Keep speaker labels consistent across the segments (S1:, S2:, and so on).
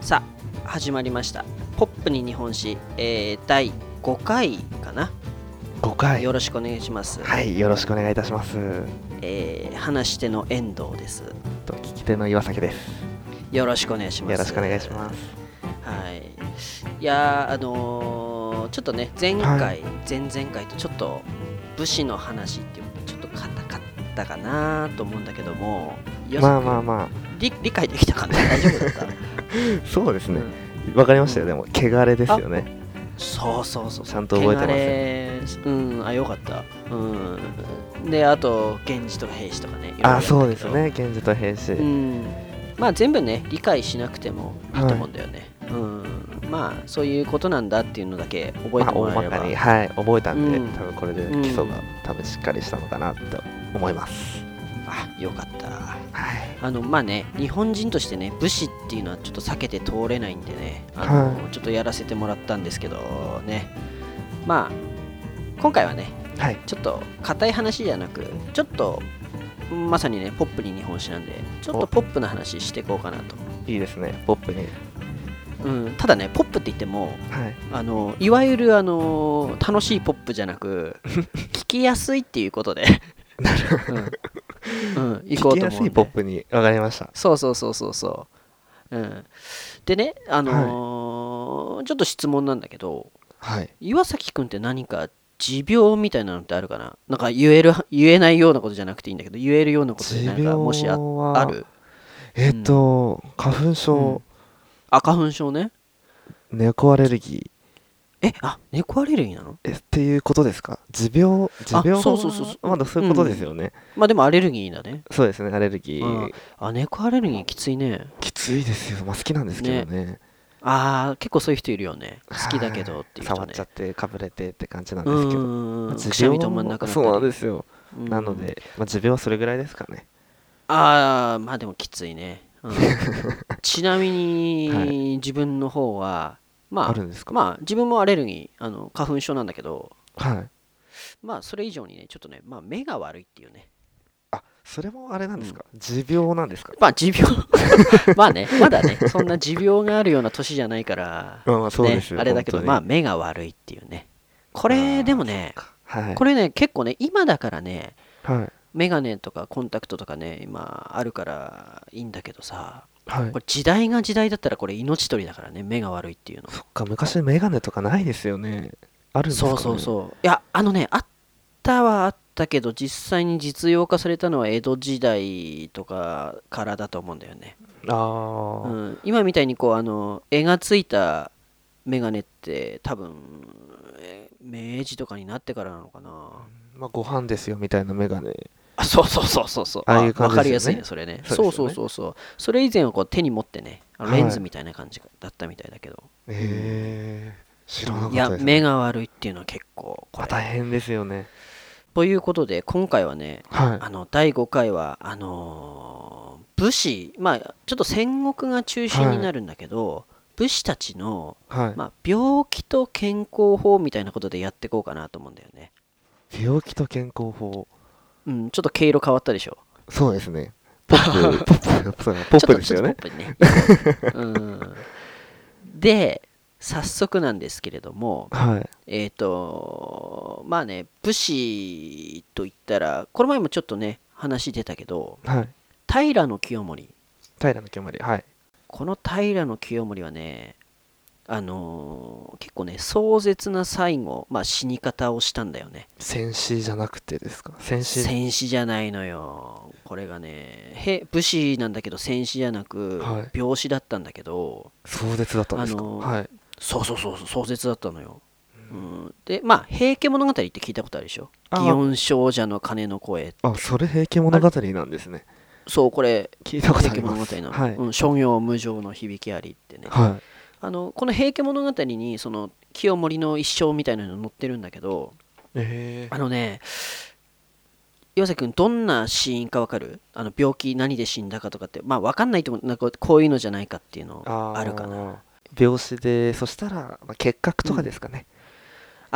S1: さあ始まりました「ポップに日本史」えー第5回かな、
S2: 5回
S1: よろしくお願いします、
S2: はいよろしくお願いいたします
S1: えー話し手の遠藤です
S2: と聞き手の岩崎です
S1: よろしくお願いします
S2: よろしくお願いします
S1: はいいやーあのーちょっとね前回、
S2: はい
S1: 前々回とちょっと武士の話っていうのがちょっと硬かったかなと思うんだけどもよ
S2: まあまあま
S1: 理理解できたかな大丈夫だ った
S2: あそうですね
S1: うん
S2: わかりましたよでも汚れですよね
S1: そうそうそう
S2: ちゃんと覚えて
S1: ますうんあよかったうんであと源氏と平氏とかね
S2: あ
S1: いろいろ
S2: そう
S1: や
S2: で
S1: った
S2: す
S1: けど
S2: ね源氏と平氏、
S1: うんまあ全部ね理解しなくてもいいと思うんだよね、うんまあそういうことなんだっていうのだけ覚え
S2: ま
S1: て
S2: あ
S1: も
S2: 大
S1: らえれ
S2: ま
S1: ば、
S2: かにはい覚えたんで、
S1: うん
S2: 多分これで
S1: うん
S2: 基礎が多分しっかりしたのかなと思います、
S1: あよかった
S2: はい
S1: あのまあね日本人としてね武士っていうのはちょっと避けて通れないんでねあの、ちょっとやらせてもらったんですけどねまあ今回はね
S2: はい
S1: ちょっと硬い話じゃなくちょっとまさにねポップに日本史なんでちょっと
S2: お
S1: ポップな話していこうかなと、
S2: いいですねポップに
S1: うん、ただねポップって言っても
S2: はい
S1: あのいわゆるあの楽しいポップじゃな く聞きやすいっていうことでうん、うん、行こう
S2: 聞き
S1: と
S2: や
S1: 思
S2: す
S1: う
S2: い
S1: ん
S2: ポッ
S1: で
S2: プにわかりました
S1: そうそうそうそうそう、うん、でねあのーちょっと質問なんだけど
S2: はい
S1: 岩崎くんって何か持病みたいなのってあるかななんか言える言えないようなことじゃなくていいんだけど言えるようなことでなんかもしあ
S2: は
S1: ある
S2: えっ、と、花粉症、
S1: あ花粉症ね
S2: 猫アレルギー
S1: えあ猫アレルギーなの
S2: えっていうことですか持病持病は
S1: そうそうそうそ
S2: まだそういうことですよね、
S1: まあでもアレルギーだね
S2: そうですねアレルギー、
S1: うんあ猫アレルギーきついね
S2: きついですよまあ好きなんですけどね
S1: あー結構そういう人いるよね好きだけどっていう人ね
S2: 触っちゃってかぶれてって感じなん
S1: う
S2: です
S1: ん
S2: け
S1: う
S2: ど、
S1: ん
S2: ま
S1: う
S2: あ
S1: ん
S2: 持
S1: くしゃみ
S2: 病
S1: 止まんなくなった
S2: そう
S1: り
S2: なんですよ、
S1: うん
S2: なので、まあ、持病はそれぐらいですかね
S1: ああまあでもきついね、うん ちなみに、
S2: はい
S1: 自分の方は
S2: あ
S1: ま
S2: るんです
S1: あ
S2: か、
S1: まあ自分もアレルギーあの花粉症なんだけど
S2: はい
S1: まあそれ以上にねちょっとねまあ目が悪いっていうね
S2: あそれもあれなんですか、持病なんですか
S1: まあ持 病まあねまだねそんな持病があるような年じゃないから
S2: まあまあそうですよ、
S1: ね、あれだけど、まあ
S2: 本
S1: 目が悪いっていうね。こ
S2: あ
S1: れ
S2: ー
S1: でもね、
S2: 当にはい
S1: これね、結構ね、今だからね、
S2: はい
S1: メガネとかコンタクトとかね、今あるからいいんだけどさ、
S2: はい
S1: これ時代が時代だったらこれ命取りだからね、目が悪いっていうの。
S2: そっか昔メガネとかないですよねあるんですか、
S1: そ
S2: ね、
S1: うそう
S2: う
S1: そう。いや、あのね、あったはあったけど、実際に実用化されたのは江戸時代とかからだと思うんだよね。
S2: あ
S1: う
S2: あ、
S1: ん、今みたいにこうあの絵がついたメガネって多分え明治とかになってからなのかな
S2: まあご飯ですよみたいなメガネ
S1: あそうそうそうそうそう
S2: ああいう感
S1: わ
S2: じ
S1: か
S2: ですよね
S1: りやすいねそれね
S2: そうです
S1: そ
S2: よ
S1: う
S2: ね
S1: そうそうそうそれ以前はこう手に持ってねあの
S2: はい
S1: レンズみたいな感じだったみたいだけど、
S2: えー、知らなかっ
S1: い、
S2: た
S1: や
S2: です、
S1: 目が悪いっていうのは結構こ
S2: まあ、
S1: れ
S2: 大変ですよね
S1: ということで今回はね
S2: は
S1: あの第5回はあのー武士まあちょっと戦国が中心になるんだけど、武士たちの
S2: いはい、
S1: まあ、病気と健康法みたいなことでやっていこうかなと思うんだよね。
S2: 病気と健康法
S1: うん、ちょっと毛色変わったでしょ。
S2: そうですねポッ プポップそうポップですよね
S1: ちょっとちょっとポップにね。うん、で、早速なんですけれども、
S2: はい
S1: えっ、と、まあね、武士と言ったら、この前もちょっとね、話出たけど、
S2: はい
S1: 平清盛。
S2: 平の清盛はい
S1: この平清盛はね、あのー結構ね、壮絶な最後、まあ、死に方をしたんだよね。
S2: 戦死じゃなくてですか戦死
S1: 戦死じゃないのよこれがねへ武士なんだけど戦死じゃなく、
S2: はい
S1: 病死だったんだけど
S2: 壮絶だったんですか、
S1: あのー
S2: はい
S1: そうそうそうそう壮絶だったのよ、うん、でまあ「平家物語」って聞いたことあるでしょ「
S2: あ
S1: 祇園少女の鐘の声
S2: あそれ平家物語なんですね」
S1: そうこれ
S2: 聞いたこと
S1: 平
S2: あ
S1: 家
S2: り
S1: 物語
S2: ます
S1: なの、
S2: はい、
S1: うん、諸行無常の響きありってね
S2: はい
S1: あのこの「平家物語に」その清盛の一生みたいなの載ってるんだけど
S2: え
S1: あのね岩崎君どんな死因か分かるあの病気何で死んだかとかってまあ分かんないと思うなんかこういうのじゃないかっていうの
S2: ー、あー
S1: あるかな
S2: 病死でそしたら、まあ、結核とかですかね、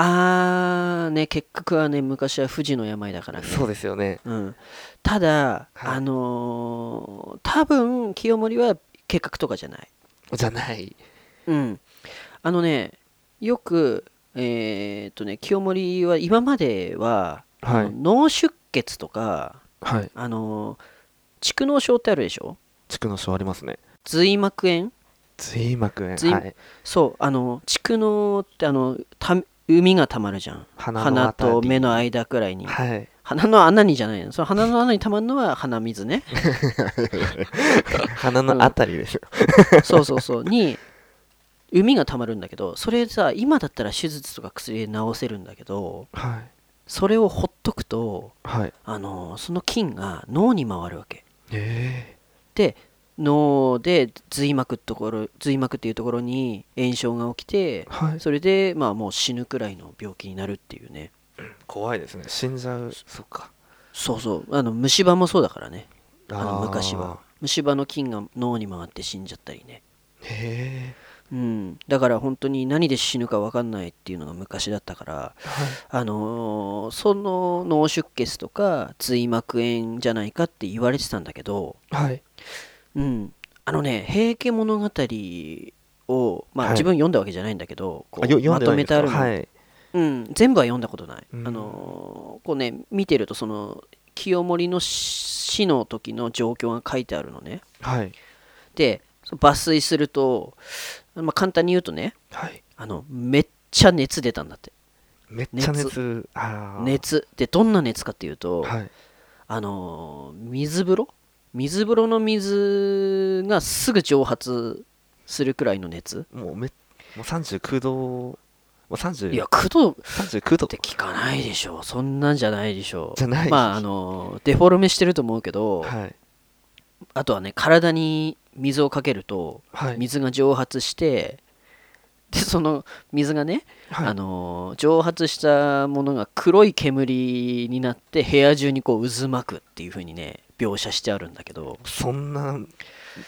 S1: あーね結核はね昔は不治の病だからね
S2: そうですよね
S1: うん、ただ、
S2: はい
S1: あのー多分清盛は結核とかじゃない
S2: じゃない。
S1: うん。あのね、よく、えーっとね、清盛は今までは、
S2: は
S1: あの
S2: い。
S1: 脳出血とか、
S2: はい。
S1: あの、蓄膿症ってあるでしょ
S2: 地区の章ありますね。
S1: 髄膜炎
S2: 髄膜炎。
S1: 髄
S2: はい。
S1: そう、あの、蓄膿って、あの、た海がたまるじゃん。
S2: 鼻の
S1: 鼻
S2: あたり
S1: と目の間くらいに。
S2: はい。
S1: 鼻の穴にじゃないの。その鼻の穴にたまるのは鼻水 ね。
S2: 鼻のあたりですよ。
S1: そうそうそう。に、海がたまるんだけど、それさ、今だったら手術とか薬で治せるんだけど、
S2: はい。
S1: それをほっとくと、
S2: はい。
S1: あのその菌が脳に回るわけ
S2: え
S1: で脳で髄膜ってところ髄膜っていうところに炎症が起きて
S2: えはい。
S1: それでまあもう死ぬくらいの病気になるっていうね
S2: 怖いですね。死んじゃう。そっか。
S1: そうそうあの虫歯もそうだからねあの
S2: ー
S1: 昔は。虫歯の菌が脳に回って死んじゃったりね
S2: へ
S1: うんだから本当に何で死ぬか分かんないっていうのが昔だったから
S2: え。はい。
S1: あのーその脳出血とか髄膜炎じゃないかって言われてたんだけど
S2: はい。
S1: うん、あのね「平家物語」を、まあ
S2: はい
S1: 自分読んだわけじゃないんだけどこう
S2: あよ読ん
S1: ま
S2: でな
S1: と
S2: いん
S1: め
S2: です
S1: て
S2: か
S1: あるの、
S2: はい。
S1: うん、全部は読んだことない、
S2: うん
S1: あのーこうね見てるとその清盛の死の時の状況が書いてあるのね
S2: はい。
S1: でその抜粋すると、まあ、簡単に言うとね
S2: はい。
S1: あのめっちゃ熱出たんだって
S2: めっちゃ熱。ああ。。
S1: 熱でどんな熱かっていうと、
S2: はい。
S1: あのー水風呂水風呂の水がすぐ蒸発するくらいの熱
S2: もうめ、もう39度。もう30
S1: いや、工藤っ
S2: 39度
S1: て聞かないでしょ。そんなんじゃないでしょ。
S2: じゃない
S1: まあ、あの、デフォルメしてると思うけど、
S2: はい。
S1: あとはね、体に水をかけると、
S2: はい。
S1: 水が蒸発して、で、その水がね、
S2: はい
S1: あの、蒸発したものが黒い煙になって、部屋中にこう渦巻くっていう風にね、描写してあるんだけど、
S2: そんな、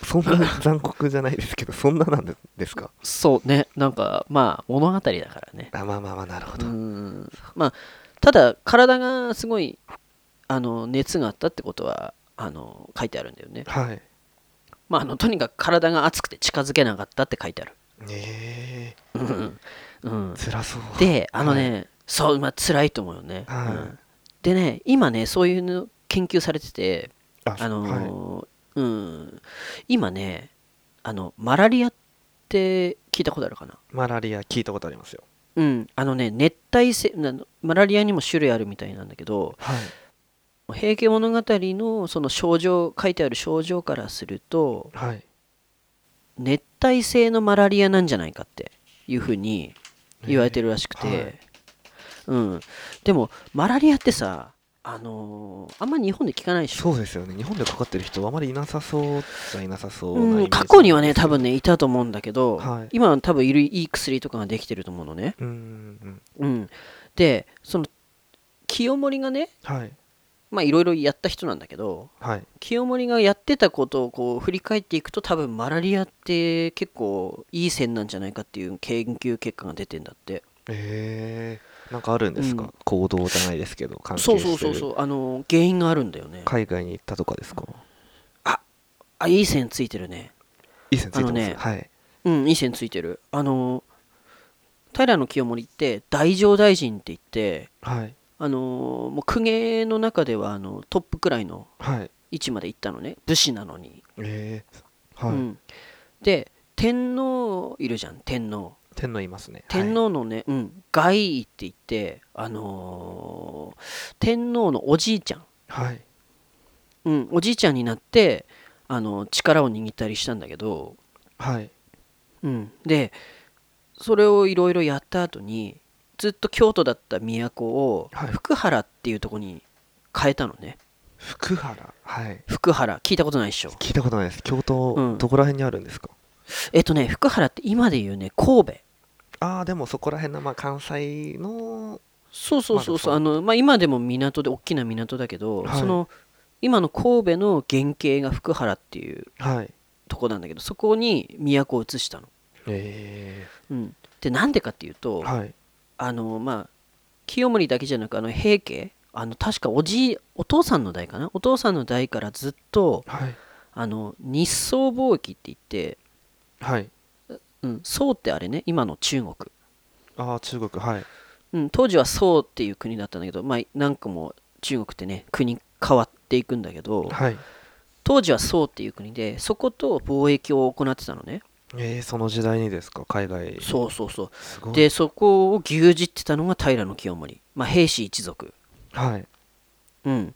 S2: そんな残酷じゃないですけど、そんななんでですか
S1: そうね、なんか、まあ、物語だからね。
S2: あまあまあまあ、なるほ
S1: う
S2: ど。
S1: んまあただ体がすごいあの熱があったってことはあの書いてあるんだよね、
S2: はい。
S1: まあ、あのとにかく体が熱くて近づけなかったって書いてある、
S2: え
S1: うんうん
S2: え、辛そう。
S1: であのね、そうまあ辛いと思うよね、
S2: はい
S1: うんでね今ねそういうの研究されてて
S2: あ、
S1: あの
S2: はい、
S1: ーうん今ねあのマラリアって聞いたことあるかな
S2: マラリア聞いたことありますよ。
S1: うんあのね熱帯性なマラリアにも種類あるみたいなんだけど、
S2: はい。
S1: 「平家物語の」その症状書いてある症状からすると
S2: はい。
S1: 熱帯性のマラリアなんじゃないかっていうふうに言われてるらしくて、
S2: えーはい
S1: うん、でもマラリアってさ、あのーあんま日本で聞かないでしょ
S2: そうですよね。日本でかかってる人はあまりいなさそうじゃいなさそうなイメージ
S1: うん、過去にはね多分ねいたと思うんだけど、
S2: はい
S1: 今は多分いるいい薬とかができてると思うのね、
S2: うんうん。
S1: うん、でその清盛がね
S2: はい。
S1: まあいろいろやった人なんだけど
S2: はい。
S1: 清盛がやってたことをこう振り返っていくと多分マラリアって結構いい線なんじゃないかっていう研究結果が出てんだって
S2: ええ。なんかあるんです
S1: うん
S2: か行動じゃないですけど、関係
S1: そうそう
S2: して
S1: そうそ
S2: る
S1: うあの原因があるんだよね
S2: 海外に行ったとかですか
S1: あいい線ついてるね
S2: いい線ついて
S1: あの
S2: ま
S1: ね
S2: す。はい。
S1: うんいい線ついてるあの平清盛って大乗大臣って言って
S2: はい。
S1: あのもう公家の中ではあのトップくらいの
S2: はい。
S1: 位置まで行ったのね武士なのに、
S2: ええ。は
S1: う
S2: い。
S1: ん、で天皇いるじゃん天皇
S2: 天皇いますね。はい
S1: 天皇のね、うん、外位って言って、あのー天皇のおじいちゃん、
S2: はい。
S1: うん、おじいちゃんになって、あの力を握ったりしたんだけど、
S2: はい。
S1: うん、でそれをいろいろやった後にずっと京都だった都を
S2: はい
S1: 福原っていうとこに変えたのね
S2: 福原。はい。
S1: 福原聞いたことないでしょ
S2: 聞いたことないです。京都、
S1: うん
S2: どこら辺にあるんですか
S1: えっとね福原って今で言うね神戸
S2: ああ、でもそこら辺の、まあ、関西の、
S1: そうそうそうそう、
S2: まだそう
S1: あのまあ、今でも港で大きな港だけど、
S2: はい
S1: その今の神戸の原型が福原っていう
S2: はい。
S1: とこなんだけどそこに都を移したの。
S2: え
S1: うん、でなんでかっていうと、
S2: えはい。
S1: あのまあ清盛だけじゃなくあの平家あの確かおじいお父さんの代かなお父さんの代からずっと
S2: はい。
S1: あの日宋貿易って言って
S2: はい。
S1: うん、宋ってあれね今の中国、
S2: ああ中国はい
S1: うん、当時は宋っていう国だったんだけど、まあ、何個も中国ってね国変わっていくんだけど
S2: はい
S1: 当時は宋っていう国でそこと貿易を行ってたのね
S2: えー、その時代にですか海外
S1: そうそうそう
S2: すごい
S1: でそこを牛耳ってたのが平清盛、まあ、兵士一族、
S2: はい
S1: うん、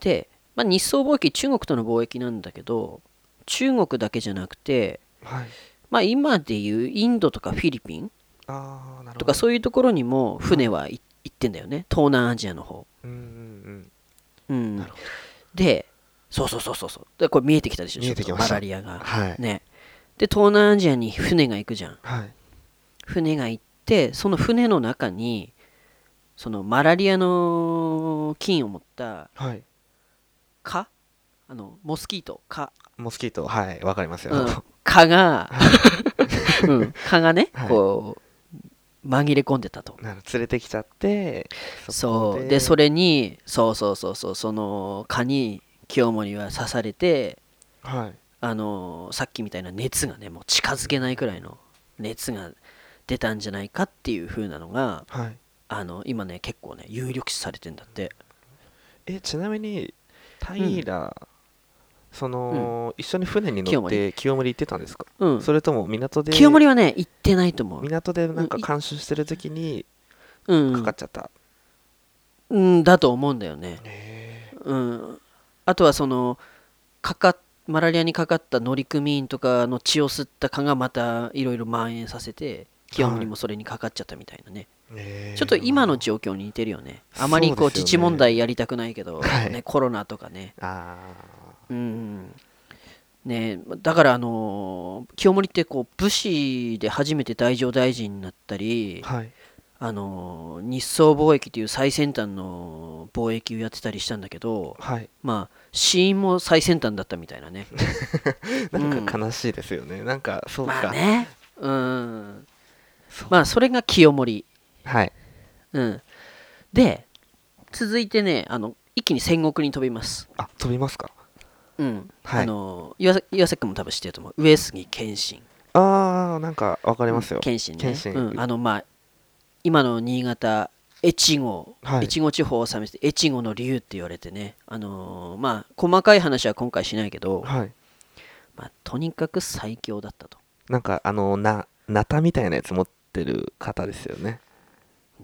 S1: で、まあ、日宋貿易中国との貿易なんだけど中国だけじゃなくて、
S2: はい
S1: まあ、今でいうインドとかフィリピン
S2: ああなるほど
S1: とかそういうところにも船はい行ってんだよね東南アジアの方、
S2: うんうん
S1: うん
S2: なるほ、
S1: でそうそうそうそうそうでこれ見えてきたでしょ
S2: 見えてきま
S1: ちょ
S2: し
S1: っとマ
S2: た
S1: ラリア
S2: うん
S1: が、
S2: はい
S1: ねで東南アジアに船が行くじゃん
S2: はい
S1: 船が行ってその船の中にそのマラリアの菌を持った
S2: はい
S1: 蚊あのモスキート蚊、
S2: モスキートはいわかりますよ、
S1: うん蚊が、うん、蚊がね、
S2: はい
S1: こう紛れ込んでたと
S2: なる連れてきちゃって
S1: そうで
S2: で
S1: それにそうそうそうそうその蚊に清盛は刺されて
S2: はい
S1: あのさっきみたいな熱がねもう近づけないくらいの熱が出たんじゃないかっていう風なのが
S2: はい
S1: あの今ね結構ね有力視されてんだって
S2: えちなみに平、その、一緒に船に乗って清盛行ってたんですか、
S1: うん
S2: それとも港で
S1: 清盛はね行ってないと思う
S2: 港でなんか監修してる時に
S1: うん
S2: かかっちゃった、
S1: うんだと思うんだよね
S2: へえ
S1: うんあとはそのかかマラリアにかかった乗組員とかの血を吸った蚊がまたいろいろ蔓延させて清盛もそれにかかっちゃったみたいなね、ちょっと今の状況に似てるよねあまりこう
S2: そうですよね
S1: 自治問題やりたくないけど、
S2: はい
S1: ね、コロナとかね
S2: あ
S1: うんね、だから、あのー清盛ってこう武士で初めて大乗大臣になったり
S2: ー、はい
S1: あのー日宋貿易という最先端の貿易をやってたりしたんだけど、
S2: はい
S1: まあ、死因も最先端だったみたいなね。
S2: なんか悲しいですよね、なんかそうか、
S1: まあね、うん
S2: そう
S1: まあ、それが清盛、
S2: はい
S1: うん。で、続いてね、あの一気に戦国に飛びます。
S2: あ飛びますか
S1: うん
S2: はい
S1: あのー岩崎岩崎君も多分知ってると思う上杉謙信。
S2: あーなんかわかりますよ、
S1: 謙信ね
S2: 謙信
S1: うん、あのまあ今の新潟越後、
S2: はい
S1: 越後地方を治めて越後の竜って言われてねあのーまあ細かい話は今回しないけど、
S2: はい
S1: まあ、とにかく最強だったと
S2: なんかあのなナタみたいなやつ持ってる方ですよね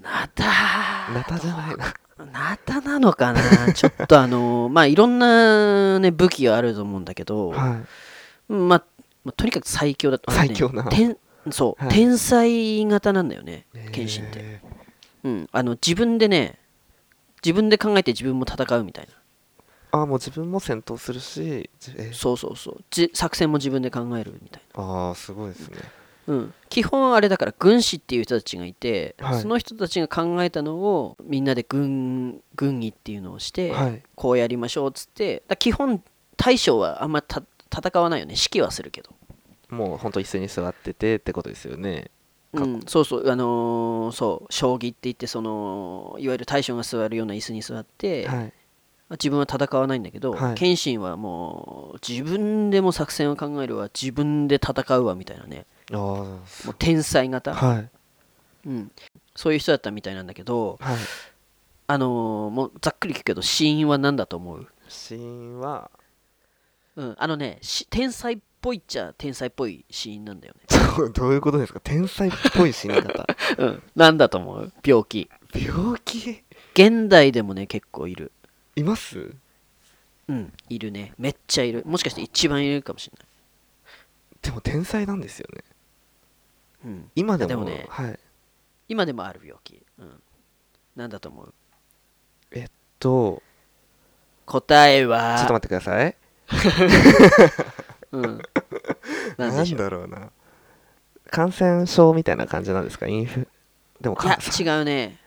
S1: なた
S2: ナタじゃないな
S1: なたなのか なちょっとあのーまあいろんなね武器があると思うんだけど、
S2: はい
S1: まあまあとにかく最強だった、
S2: 最強な
S1: あのね天そう、
S2: はい
S1: 天才型なんだよね謙信って、
S2: て
S1: うん、あの自分でね自分で考えて自分も戦うみたいな
S2: ああもう自分も戦闘するしじえ
S1: そうそうそうじ作戦も自分で考えるみたい
S2: ああすごいですね
S1: な、うん、基本あれだから軍師っていう人たちがいて、
S2: はい
S1: その人たちが考えたのをみんなで軍軍議っていうのをして、
S2: はい
S1: こうやりましょうっつってだから基本大将はあんまた戦わないよね指揮はするけど、
S2: もうほんと椅子に座っててってことですよね
S1: うん、そうそうあのーそう将棋って言ってそのいわゆる大将が座るような椅子に座って、
S2: はい
S1: 自分は戦わないんだけど、
S2: はい
S1: 謙信はもう自分でも作戦を考えるわ自分で戦うわみたいなね
S2: あ
S1: もう天才
S2: あ
S1: 型、
S2: はい
S1: うん、そういう人だったみたいなんだけど、
S2: はい
S1: あのーもうざっくり聞くけど死因は何だと思う、
S2: 死因は
S1: うん、あのねし天才っぽいっちゃ天才っぽい死因なんだよね、
S2: どういうことですか天才っぽい死に方
S1: うん、何だと思う病気
S2: 病気
S1: 現代でもね結構いる
S2: います
S1: うんいるねめっちゃいるもしかして一番いるかもしれ
S2: でも天才なんですよね
S1: ない、うん、
S2: 今でも
S1: でもね
S2: はい
S1: 今でもある病気、うん、何だと思う
S2: と
S1: 答え
S2: ちょっと待
S1: は
S2: ってください
S1: うん、なん
S2: な
S1: でし
S2: ん
S1: ょう
S2: だろうな感染症みたいな感じなんですかインフでも
S1: い
S2: か
S1: や
S2: さちょ
S1: 違うね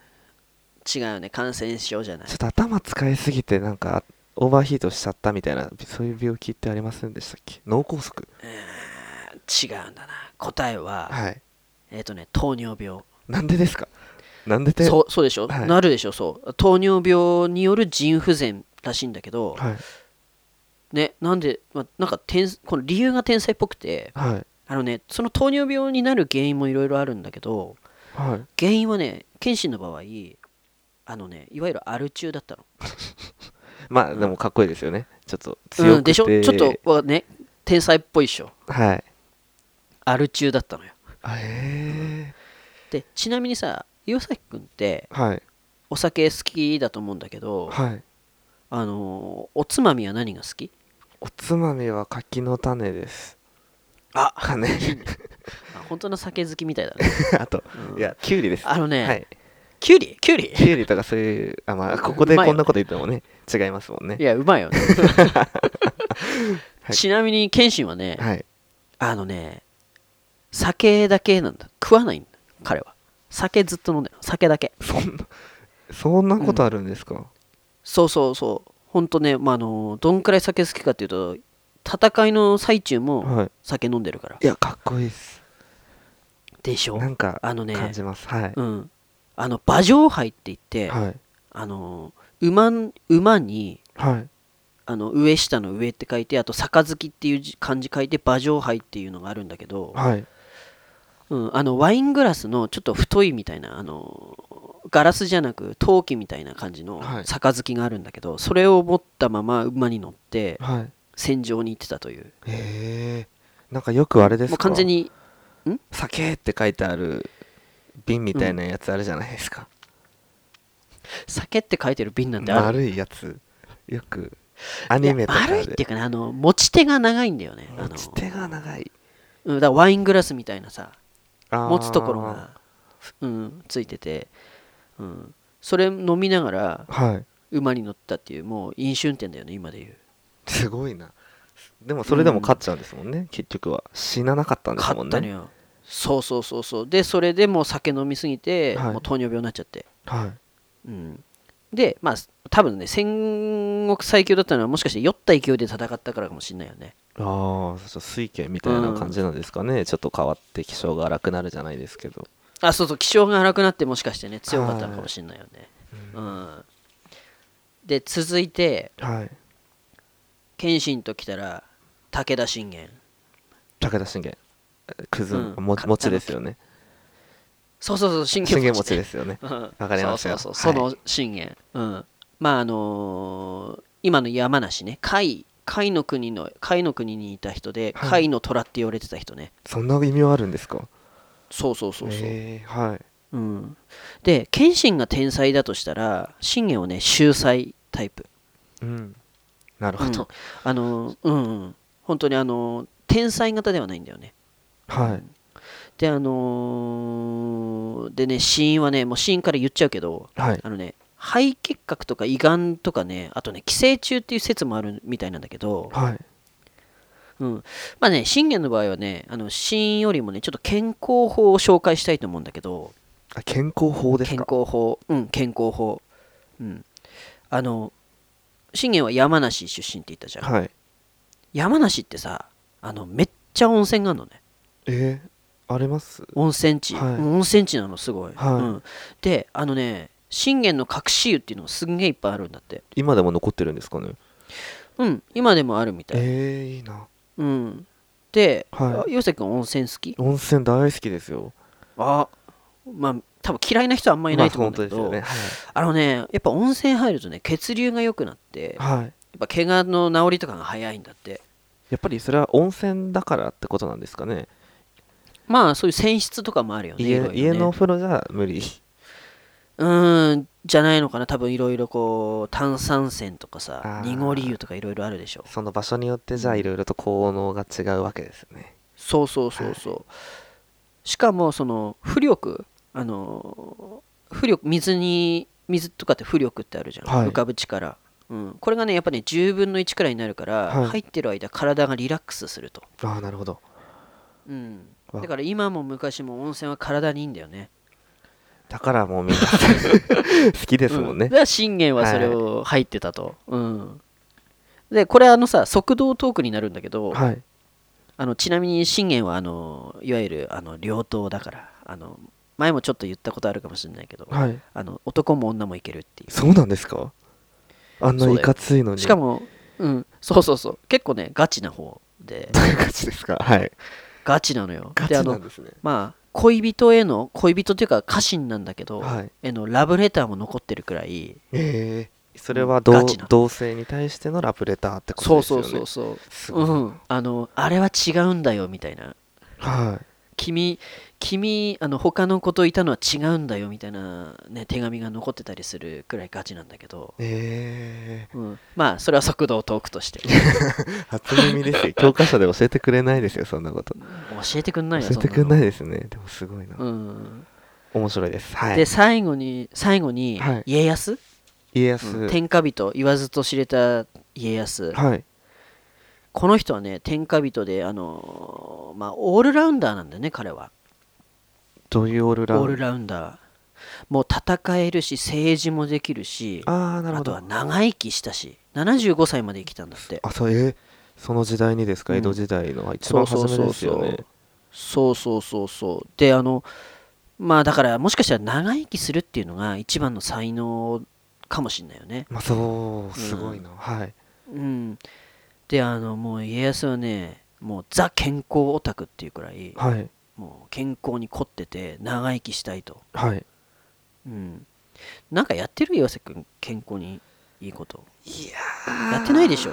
S1: 違うね感染症じゃない
S2: っと頭使いすぎてなんかオーバーヒートしちゃったみたいなそういう病気ってありませんでしたっけ脳梗塞
S1: 違うんだな答えは、
S2: はい
S1: えっ、とね糖尿病
S2: なんでですかなんでて
S1: そうそうでしょ、
S2: はい
S1: なるでしょそう糖尿病による腎不全らしいんだけど、
S2: はい
S1: ねなんで、まあ、なんか天この理由が天才っぽくて
S2: はい
S1: あのねその糖尿病になる原因もいろいろあるんだけど
S2: はい
S1: 原因はね謙信の場合あのねいわゆるアル中だったの
S2: まあでもかっこいいですよねちょっと強くて、
S1: うん、でしょちょっとわね天才っぽいっしょ
S2: はい
S1: アル中だったのよ
S2: あへえ
S1: でちなみにさ岩崎君って
S2: はい
S1: お酒好きだと思うんだけど
S2: はい
S1: あのおつまみは何が好き
S2: おつまみは柿の種です
S1: あ
S2: 種
S1: あ本当の酒好きみたいだね
S2: あと
S1: うん
S2: いやきゅうりです
S1: あのね、
S2: はい
S1: キュウリキュウリ
S2: きゅうりとかそういうあまあここでこんなこと言ってもね違いますもんね
S1: いやうまい よね
S2: はい
S1: ちなみに謙信はね、
S2: はい
S1: あのね酒だけなんだ食わないんだ彼は酒ずっと飲んでるの酒だけ
S2: そんなそんなことあるんですか、
S1: そうそうそうほんとね、まあ、あのどんくらい酒好きかっていうと戦いの最中も
S2: はい
S1: 酒飲んでるから
S2: いやかっこいいです
S1: でしょ
S2: なんか
S1: あのね
S2: 感じます、はい、
S1: うんあの馬上杯って言って、
S2: はい
S1: あの馬ん馬に
S2: はい
S1: あの上下の上って書いてあと杯っていう字漢字書いて馬上杯っていうのがあるんだけど、
S2: はい
S1: うん、あのワイングラスのちょっと太いみたいなあのガラスじゃなく陶器みたいな感じの
S2: はい
S1: 杯があるんだけど、それを持ったまま馬に乗って
S2: はい
S1: 戦場に行ってたという
S2: へえなんかよくあれです
S1: もう
S2: か
S1: 完全に
S2: 酒って書いてある瓶みたいなやつあるじゃないですか、
S1: 酒って書いてる瓶なんてある
S2: 丸いやつよくアニメとか
S1: いや
S2: で
S1: 丸いっていうかねあの持ち手が長いんだよねあの
S2: 持ち手が長い
S1: うん、だからワイングラスみたいなさ
S2: あー
S1: 持つところが、うん、ついてて、うん、それ飲みながら
S2: はい
S1: 馬に乗ったっていうもう飲酒運転だよね今で言う
S2: すごいなでもそれでも勝っちゃうんですもんね、結局は死ななかったんですも
S1: 買っ
S2: んね
S1: たのよそうそうそうそうでそれでもう酒飲みすぎて、
S2: はい
S1: もう糖尿病になっちゃって、
S2: はい
S1: うん、でまあ多分ね戦国最強だったのはもしかして酔った勢いで戦ったからかもしれないよね
S2: ああ水拳みたいな感じなんですかね、ちょっと変わって気性が荒くなるじゃないですけど
S1: あそうそう気性が荒くなってもしかしてね強かったのかもしれないよね、うん、で続いて
S2: はい
S1: 謙信ときたら武田信玄
S2: 武田信玄くず、
S1: うん
S2: も
S1: か
S2: 餅ですよね
S1: そうそうそう信
S2: 信
S1: 玄
S2: 玄
S1: 餅
S2: 餅ですよね
S1: わ
S2: わかりましたよ
S1: そうそう
S2: は
S1: そう
S2: い
S1: その信玄、うんまああのー今の山梨ね甲斐甲斐の国の甲斐の国にいた人で
S2: はい
S1: 甲斐の虎って言われてた人ね、
S2: そんな意味はあるんですか
S1: そうそうそうそう、
S2: へえはい
S1: うん、で謙信が天才だとしたら信玄はね秀才タイプ
S2: うんなる
S1: う
S2: ほ
S1: ん
S2: ど、
S1: あのーうんうん本当にあのー天才型ではないんだよね
S2: はい
S1: であのーでね死因はねもう死因から言っちゃうけど
S2: はい
S1: あのね肺結核とか胃がんとかねあとね寄生虫っていう説もあるみたいなんだけど、
S2: はい
S1: うん、まあね信玄の場合はねあの死因よりもねちょっと健康法を紹介したいと思うんだけど
S2: あ健康法です
S1: 健
S2: か
S1: 康法うん健康法うんあの信玄は山梨出身って言ったじゃん、
S2: はい
S1: 山梨ってさあのめっちゃ温泉があるのね
S2: えー、あります
S1: 温泉地、
S2: はい
S1: 温泉地なのすごい、
S2: はい
S1: うん、であのね信玄の隠し湯っていうのがすんげえいっぱいあるんだって
S2: 今でも残ってるんですかね
S1: うん今でもあるみたい
S2: えー、いいな
S1: うん、で、
S2: はい
S1: あ岩崎君温泉好き
S2: 温泉大好きですよ
S1: あまあ多分嫌いな人はあんまりいないと思うんだけど、
S2: まあ本当です
S1: あのねやっぱ温泉入るとね血流が良くなって
S2: よね
S1: やっ
S2: はい、はい、
S1: ぱ怪我の治りとかが早いんだって
S2: やっぱりそれは温泉だからってことなんですかね
S1: まあそういう泉質とかもあるよねい
S2: 家
S1: ろいろね
S2: 家のお風呂じゃ無理
S1: うーんじゃないのかな多分いろいろこう炭酸泉とかさ
S2: あー
S1: 濁り湯とかいろいろあるでしょ
S2: その場所によってじゃあいろいろと効能が違うわけですね
S1: そうそうそうそう、しかもその浮力あの浮力水に水とかって浮力ってあるじゃん、
S2: はい
S1: 浮かぶ力、うん、これがねやっぱね10分の1くらいになるから、
S2: はい
S1: 入ってる間体がリラックスすると、
S2: ああなるほど
S1: うん、
S2: わ
S1: だから今も昔も温泉は体にいいんだよね
S2: だからもうみ んな好きですもんね、
S1: うんだから信玄はそれを入ってたと、うんでこれあのさ側道トークになるんだけど、
S2: はい
S1: あのちなみに信玄はあのいわゆるあの両党だからあの前もちょっと言ったことあるかもしれないけど、
S2: はい
S1: あの男も女もいけるってい
S2: そうなんですかあんな
S1: そうだよ
S2: いかついの
S1: う
S2: に
S1: しかも、うん、そうそうそう結構ねガチな方で、
S2: どういう感じですかはい
S1: ガチなのよ
S2: ガチ
S1: であ
S2: な
S1: の
S2: んですね
S1: まあ恋人への恋人っていうか家臣なんだけど、
S2: はい
S1: へのラブレターも残ってるくらい
S2: えー、それ
S1: う
S2: は
S1: ん
S2: 同,、
S1: ガチな
S2: 同性に対してのラブレターって
S1: そ
S2: こと
S1: う
S2: ですよ
S1: そ
S2: ね
S1: うそうそう
S2: すごい、
S1: うん、あのあれは違うんだよみたいな
S2: は
S1: 君君あの他の子といたのは違うんだよみたいな、ね、手紙が残ってたりするくらいガチなんだけど、
S2: いえ
S1: うん、まあそれは速度をトークとして
S2: ー、初耳ですよ 教科書で教えてくれないですよそんなこと
S1: 教えてくんないよ
S2: 教えてくれないいですねでもすごいな、
S1: うん
S2: 面白いですはい
S1: で最後に最後に
S2: はい
S1: 家康、
S2: 家康、
S1: うん天下人言わずと知れた家康
S2: はい
S1: この人はね天下人であのーまあオールラウンダーなんだよね彼は
S2: どういうオール
S1: オ
S2: ラウン
S1: ールラウンダーもう戦えるし政治もできるし
S2: ああなる
S1: あ
S2: ほ
S1: と
S2: ど
S1: は長生きしたし75歳まで生きたんだって
S2: あそうえーその時代にですか、
S1: うん
S2: 江戸時代の一
S1: そ
S2: 番
S1: うそ
S2: 初
S1: う
S2: め
S1: そう
S2: です
S1: そ
S2: よね
S1: うそうそうそうそうであのまあだからもしかしたら長生きするっていうのが一番の才能かもしれないよね
S2: まあそうすごいな、はい
S1: うんであのもう家康はねもうザ健康オタクっていうくらい
S2: はい
S1: もう健康に凝ってて長生きしたいと
S2: はい
S1: うんなんかやってる岩瀬君健康にいいこと
S2: いや
S1: やってないでしょ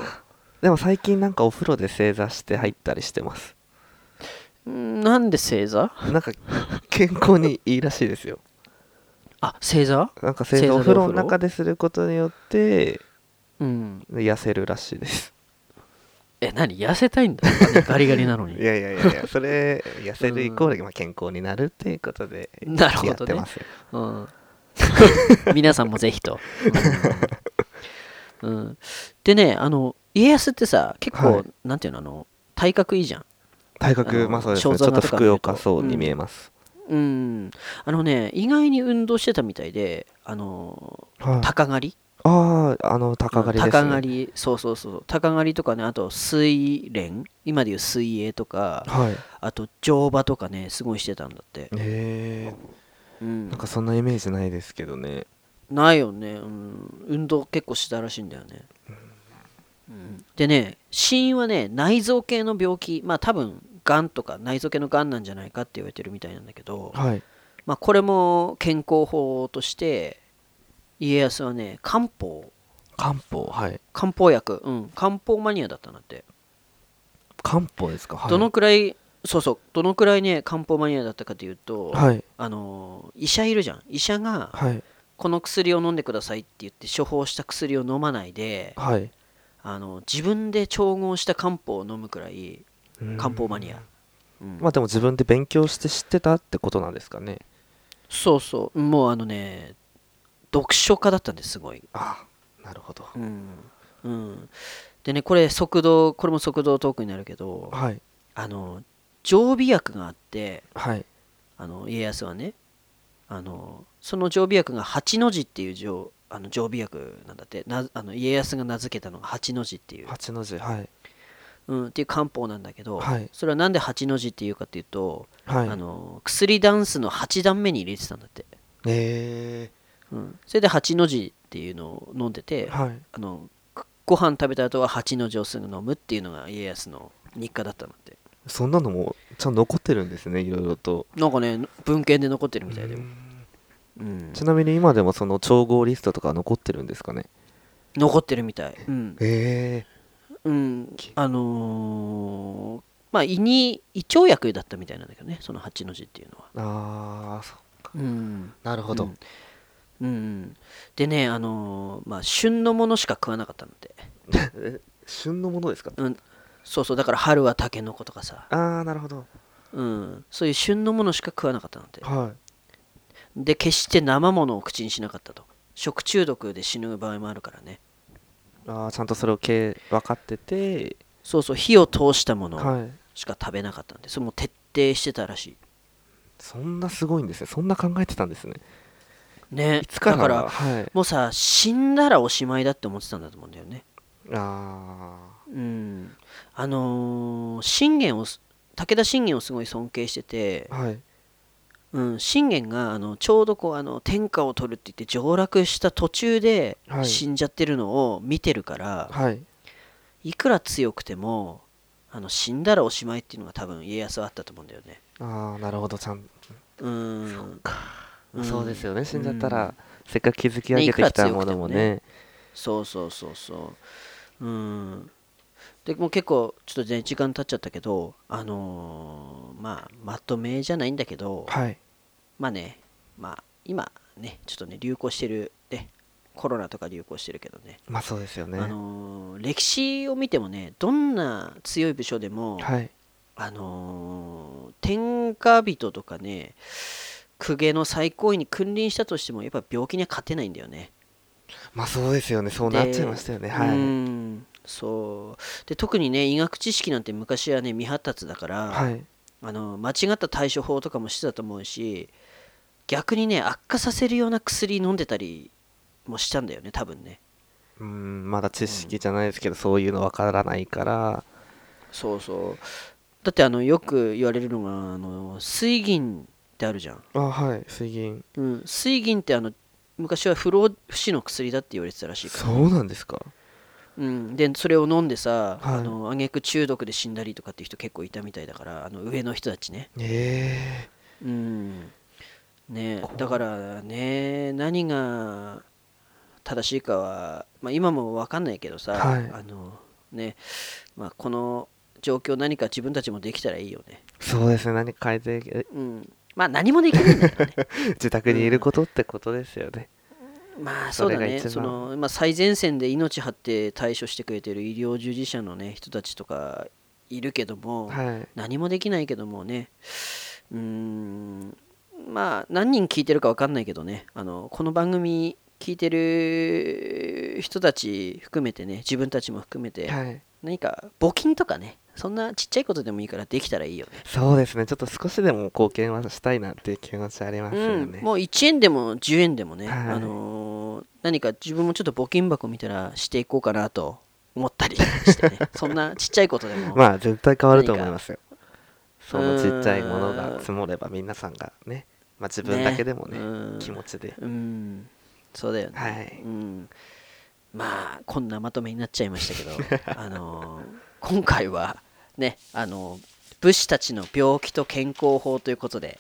S2: でも最近なんかお風呂で正座して入ったりしてます
S1: うんなんで正座
S2: なんか健康にいいらしいですよ
S1: あ正座
S2: なんか正
S1: 正座で
S2: 座お
S1: お
S2: 風
S1: 風呂
S2: 呂の中ですることによって
S1: うん
S2: 痩せるらしいです
S1: え何痩せたいんだガリガリなのに
S2: いやいやいやいやそれ痩せるイコールまあ健康になるっていうことで
S1: なるほどね
S2: やってますよ
S1: うん、皆さんもぜひと。うんうんでねあの家康ってさ結構、
S2: はい
S1: なんていうのあの体格いいじゃん。
S2: 体
S1: あ
S2: 格
S1: の
S2: まあそうですね
S1: 肖
S2: ちょ
S1: 像
S2: っと
S1: 画と
S2: ふ
S1: か
S2: く
S1: 見ると
S2: よかそうに見えます、
S1: うん、あのね意外に運動してたみたいであの
S2: はい
S1: 鷹狩り
S2: あああの鷹狩りですね
S1: 鷹狩りそうそうそう鷹狩りとかねあと水練今でいう水泳とか
S2: はい
S1: あと乗馬とかねすごいしてたんだって、
S2: へえ
S1: うん
S2: なん、かそんなイメージないですけどね
S1: ないよね、うん、運動結構してたらしいんだよね、うんでね死因はね内臓系の病気まあ多分がんとか内臓系のがんなんじゃないかって言われてるみたいなんだけど、
S2: はい
S1: まあ、これも健康法として家康はね漢方
S2: 漢方はい
S1: 漢方薬うん漢方マニアだったなって、
S2: 漢方ですかはい
S1: どのくらいそうそうどのくらいね漢方マニアだったかというと、
S2: はい
S1: あのー医者いるじゃん医者が
S2: はい
S1: この薬を飲んでくださいって言って処方した薬を飲まないで
S2: はい
S1: あの自分で調合した漢方を飲むくらい
S2: うん
S1: 漢方マニア、うん
S2: まあでも自分で勉強して知ってたってことなんですかね
S1: そうそうもうあのね読書家だったんですすごい、
S2: あなるほど
S1: うんうん、でねこれ速度これも速度トークになるけど
S2: はい
S1: あの常備薬があって
S2: はい
S1: あの家康はねあのその常備薬が八の字っていう常あの常備薬なんだってなあの家康が名付けたのが八の字っていう、
S2: 八の字はい
S1: うん、っていう漢方なんだけど、
S2: はい
S1: それはなんで八の字っていうかっていうと
S2: はい
S1: あの薬ダンスの8段目に入れてたんだって、
S2: え
S1: うん、それで8の字っていうのを飲んで
S2: え
S1: て
S2: はい
S1: あのくご飯食べた後は8の字をすぐ飲むっていうのが家康の日課だったんだって
S2: そんなのもちゃんと残ってるんですねいろいろと
S1: なんかね文献で残ってるみたいだよ、うん
S2: ちなみに今でもその調合リストとか残ってるんですかね
S1: 残ってるみたいうん、
S2: え
S1: うん、あのーまあ胃に胃腸薬だったみたいなんだけどねその8の字っていうのは
S2: えああそう
S1: うん
S2: なるほ
S1: うんうん、でね、あのーまあ、旬のものしか食わなかったんだって、
S2: え旬のものですか
S1: うん、そうそうだから春はタケノコとかさ、
S2: ああなるほど
S1: うん、そういう旬のものしか食わなかったなんて
S2: は
S1: で決して生ものを口にしなかったと食中毒で死ぬ場合もあるからね
S2: いああちゃんとそれをけ分かってて
S1: そうそう火を通したもの
S2: はい
S1: しか食べなかったんでそれも徹底してたらし
S2: そんなすごいんですねそんな考えてたんですね
S1: いね
S2: いつから
S1: だから
S2: はい
S1: もうさ死んだらおしまいだって思ってたんだと思うんだよね
S2: あ
S1: うんあのー信玄をす武田信玄をすごい尊敬してて
S2: あはい
S1: うん、信玄があのちょうどこうあの天下を取るって言って上洛した途中で
S2: はい
S1: 死んじゃってるのを見てるから、
S2: はい
S1: い、くら強くてもあの死んだらおしまいっていうのが多分家康はあったと思うんだよね
S2: ああなるほどちゃん
S1: うーんうん
S2: そうですよね死んじゃった
S1: う
S2: らせっかく築き上げてきたものも
S1: ね
S2: ね
S1: そうそうそうそううんでもう結構ちょっとね時間経っちゃったけどあのーまあまとめじゃないんだけど
S2: はい
S1: まあねまあ今ねちょっとね流行してるねコロナとか流行してるけどね
S2: まあそうですよね
S1: あのー歴史を見てもねどんな強い武将でも、
S2: はい
S1: あのー天下人とかね公家の最高位に君臨したとしてもやっぱ病気には勝てないんだよね。
S2: まあそうですよねそうなっちゃいましたよねは
S1: う
S2: い
S1: んそうで特にね医学知識なんて昔はね未発達だから、
S2: はい
S1: あの間違った対処法とかもしてたと思うし逆にね悪化させるような薬飲んでたりもしたんだよね多分ね
S2: うんまだ知識じゃないですけどそういうのわからないから
S1: そうそうだってあのよく言われるのがあの水銀ってあるじゃん、
S2: あはい水銀
S1: うん、水銀ってあの昔は不老不死の薬だって言われてたらしいから
S2: そうなんですか
S1: うん、でそれを飲んでさ、
S2: はい
S1: あの挙句中毒で死んだりとかっていう人結構いたみたいだからあの上の人たちね
S2: え
S1: うんね
S2: こう
S1: だからね何が正しいかは、まあ、今も分かんないけどさ、
S2: はい
S1: あのねまあ、この状況何か自分たちもできたらいいよね、
S2: えそうですね何変えて
S1: うん、まあ何もできないん だからね
S2: 自宅にいることってことですよね
S1: まあそ
S2: そうれ
S1: だ
S2: が
S1: ね
S2: 一
S1: そ
S2: 番
S1: の、まあ、最前線で命張って対処してくれてる医療従事者の、ね、人たちとかいるけども、
S2: はい
S1: 何もできないけどもねうーんまあ何人聞いてるか分かんないけどねあのこの番組聞いてる人たち含めてね自分たちも含めて
S2: はい
S1: 何か募金とかねそんなちっちゃいことでもいいからできたらいいよね
S2: そうですねちょっと少しでも貢献はしたいなっていう気持ちありますよ
S1: う
S2: ね
S1: ん、もう1円でも10円でもね、
S2: はい
S1: あのー何か自分もちょっと募金箱見たらしていこうかなと思った りしてねそんなちっちゃいことでも、
S2: まあ絶対変わると思いますよそ
S1: 何
S2: の
S1: か
S2: ちっちゃいもの
S1: うーん
S2: が積もれば皆さんがねまあ自分だけでもね
S1: うん
S2: 気持ちで
S1: うんそうだよね、
S2: はい
S1: うん、まあこんなまとめになっちゃいましたけ どあのー今回はねあのー武士たちの病気と健康法ということで、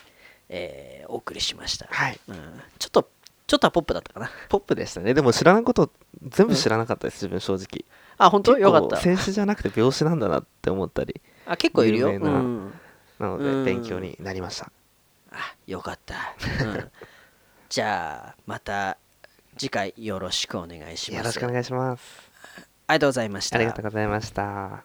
S1: えーお送りしました、
S2: はい
S1: うん、ちょっとちょっとはポップだったかな
S2: ポップでしたねでも知らないこと全部知らなかったです自分正直
S1: あ本当
S2: 結
S1: よかっ
S2: 構
S1: た
S2: 戦死じゃなくて病死なんだなって思ったり
S1: あ結構いるよ、
S2: 有名
S1: う
S2: な
S1: ん、
S2: なの
S1: うん
S2: で勉強になりました
S1: あよか った、うん、じゃあまた次回よろしくお願いします
S2: よろしくお願いします
S1: ありがとうございました
S2: ありがとうございました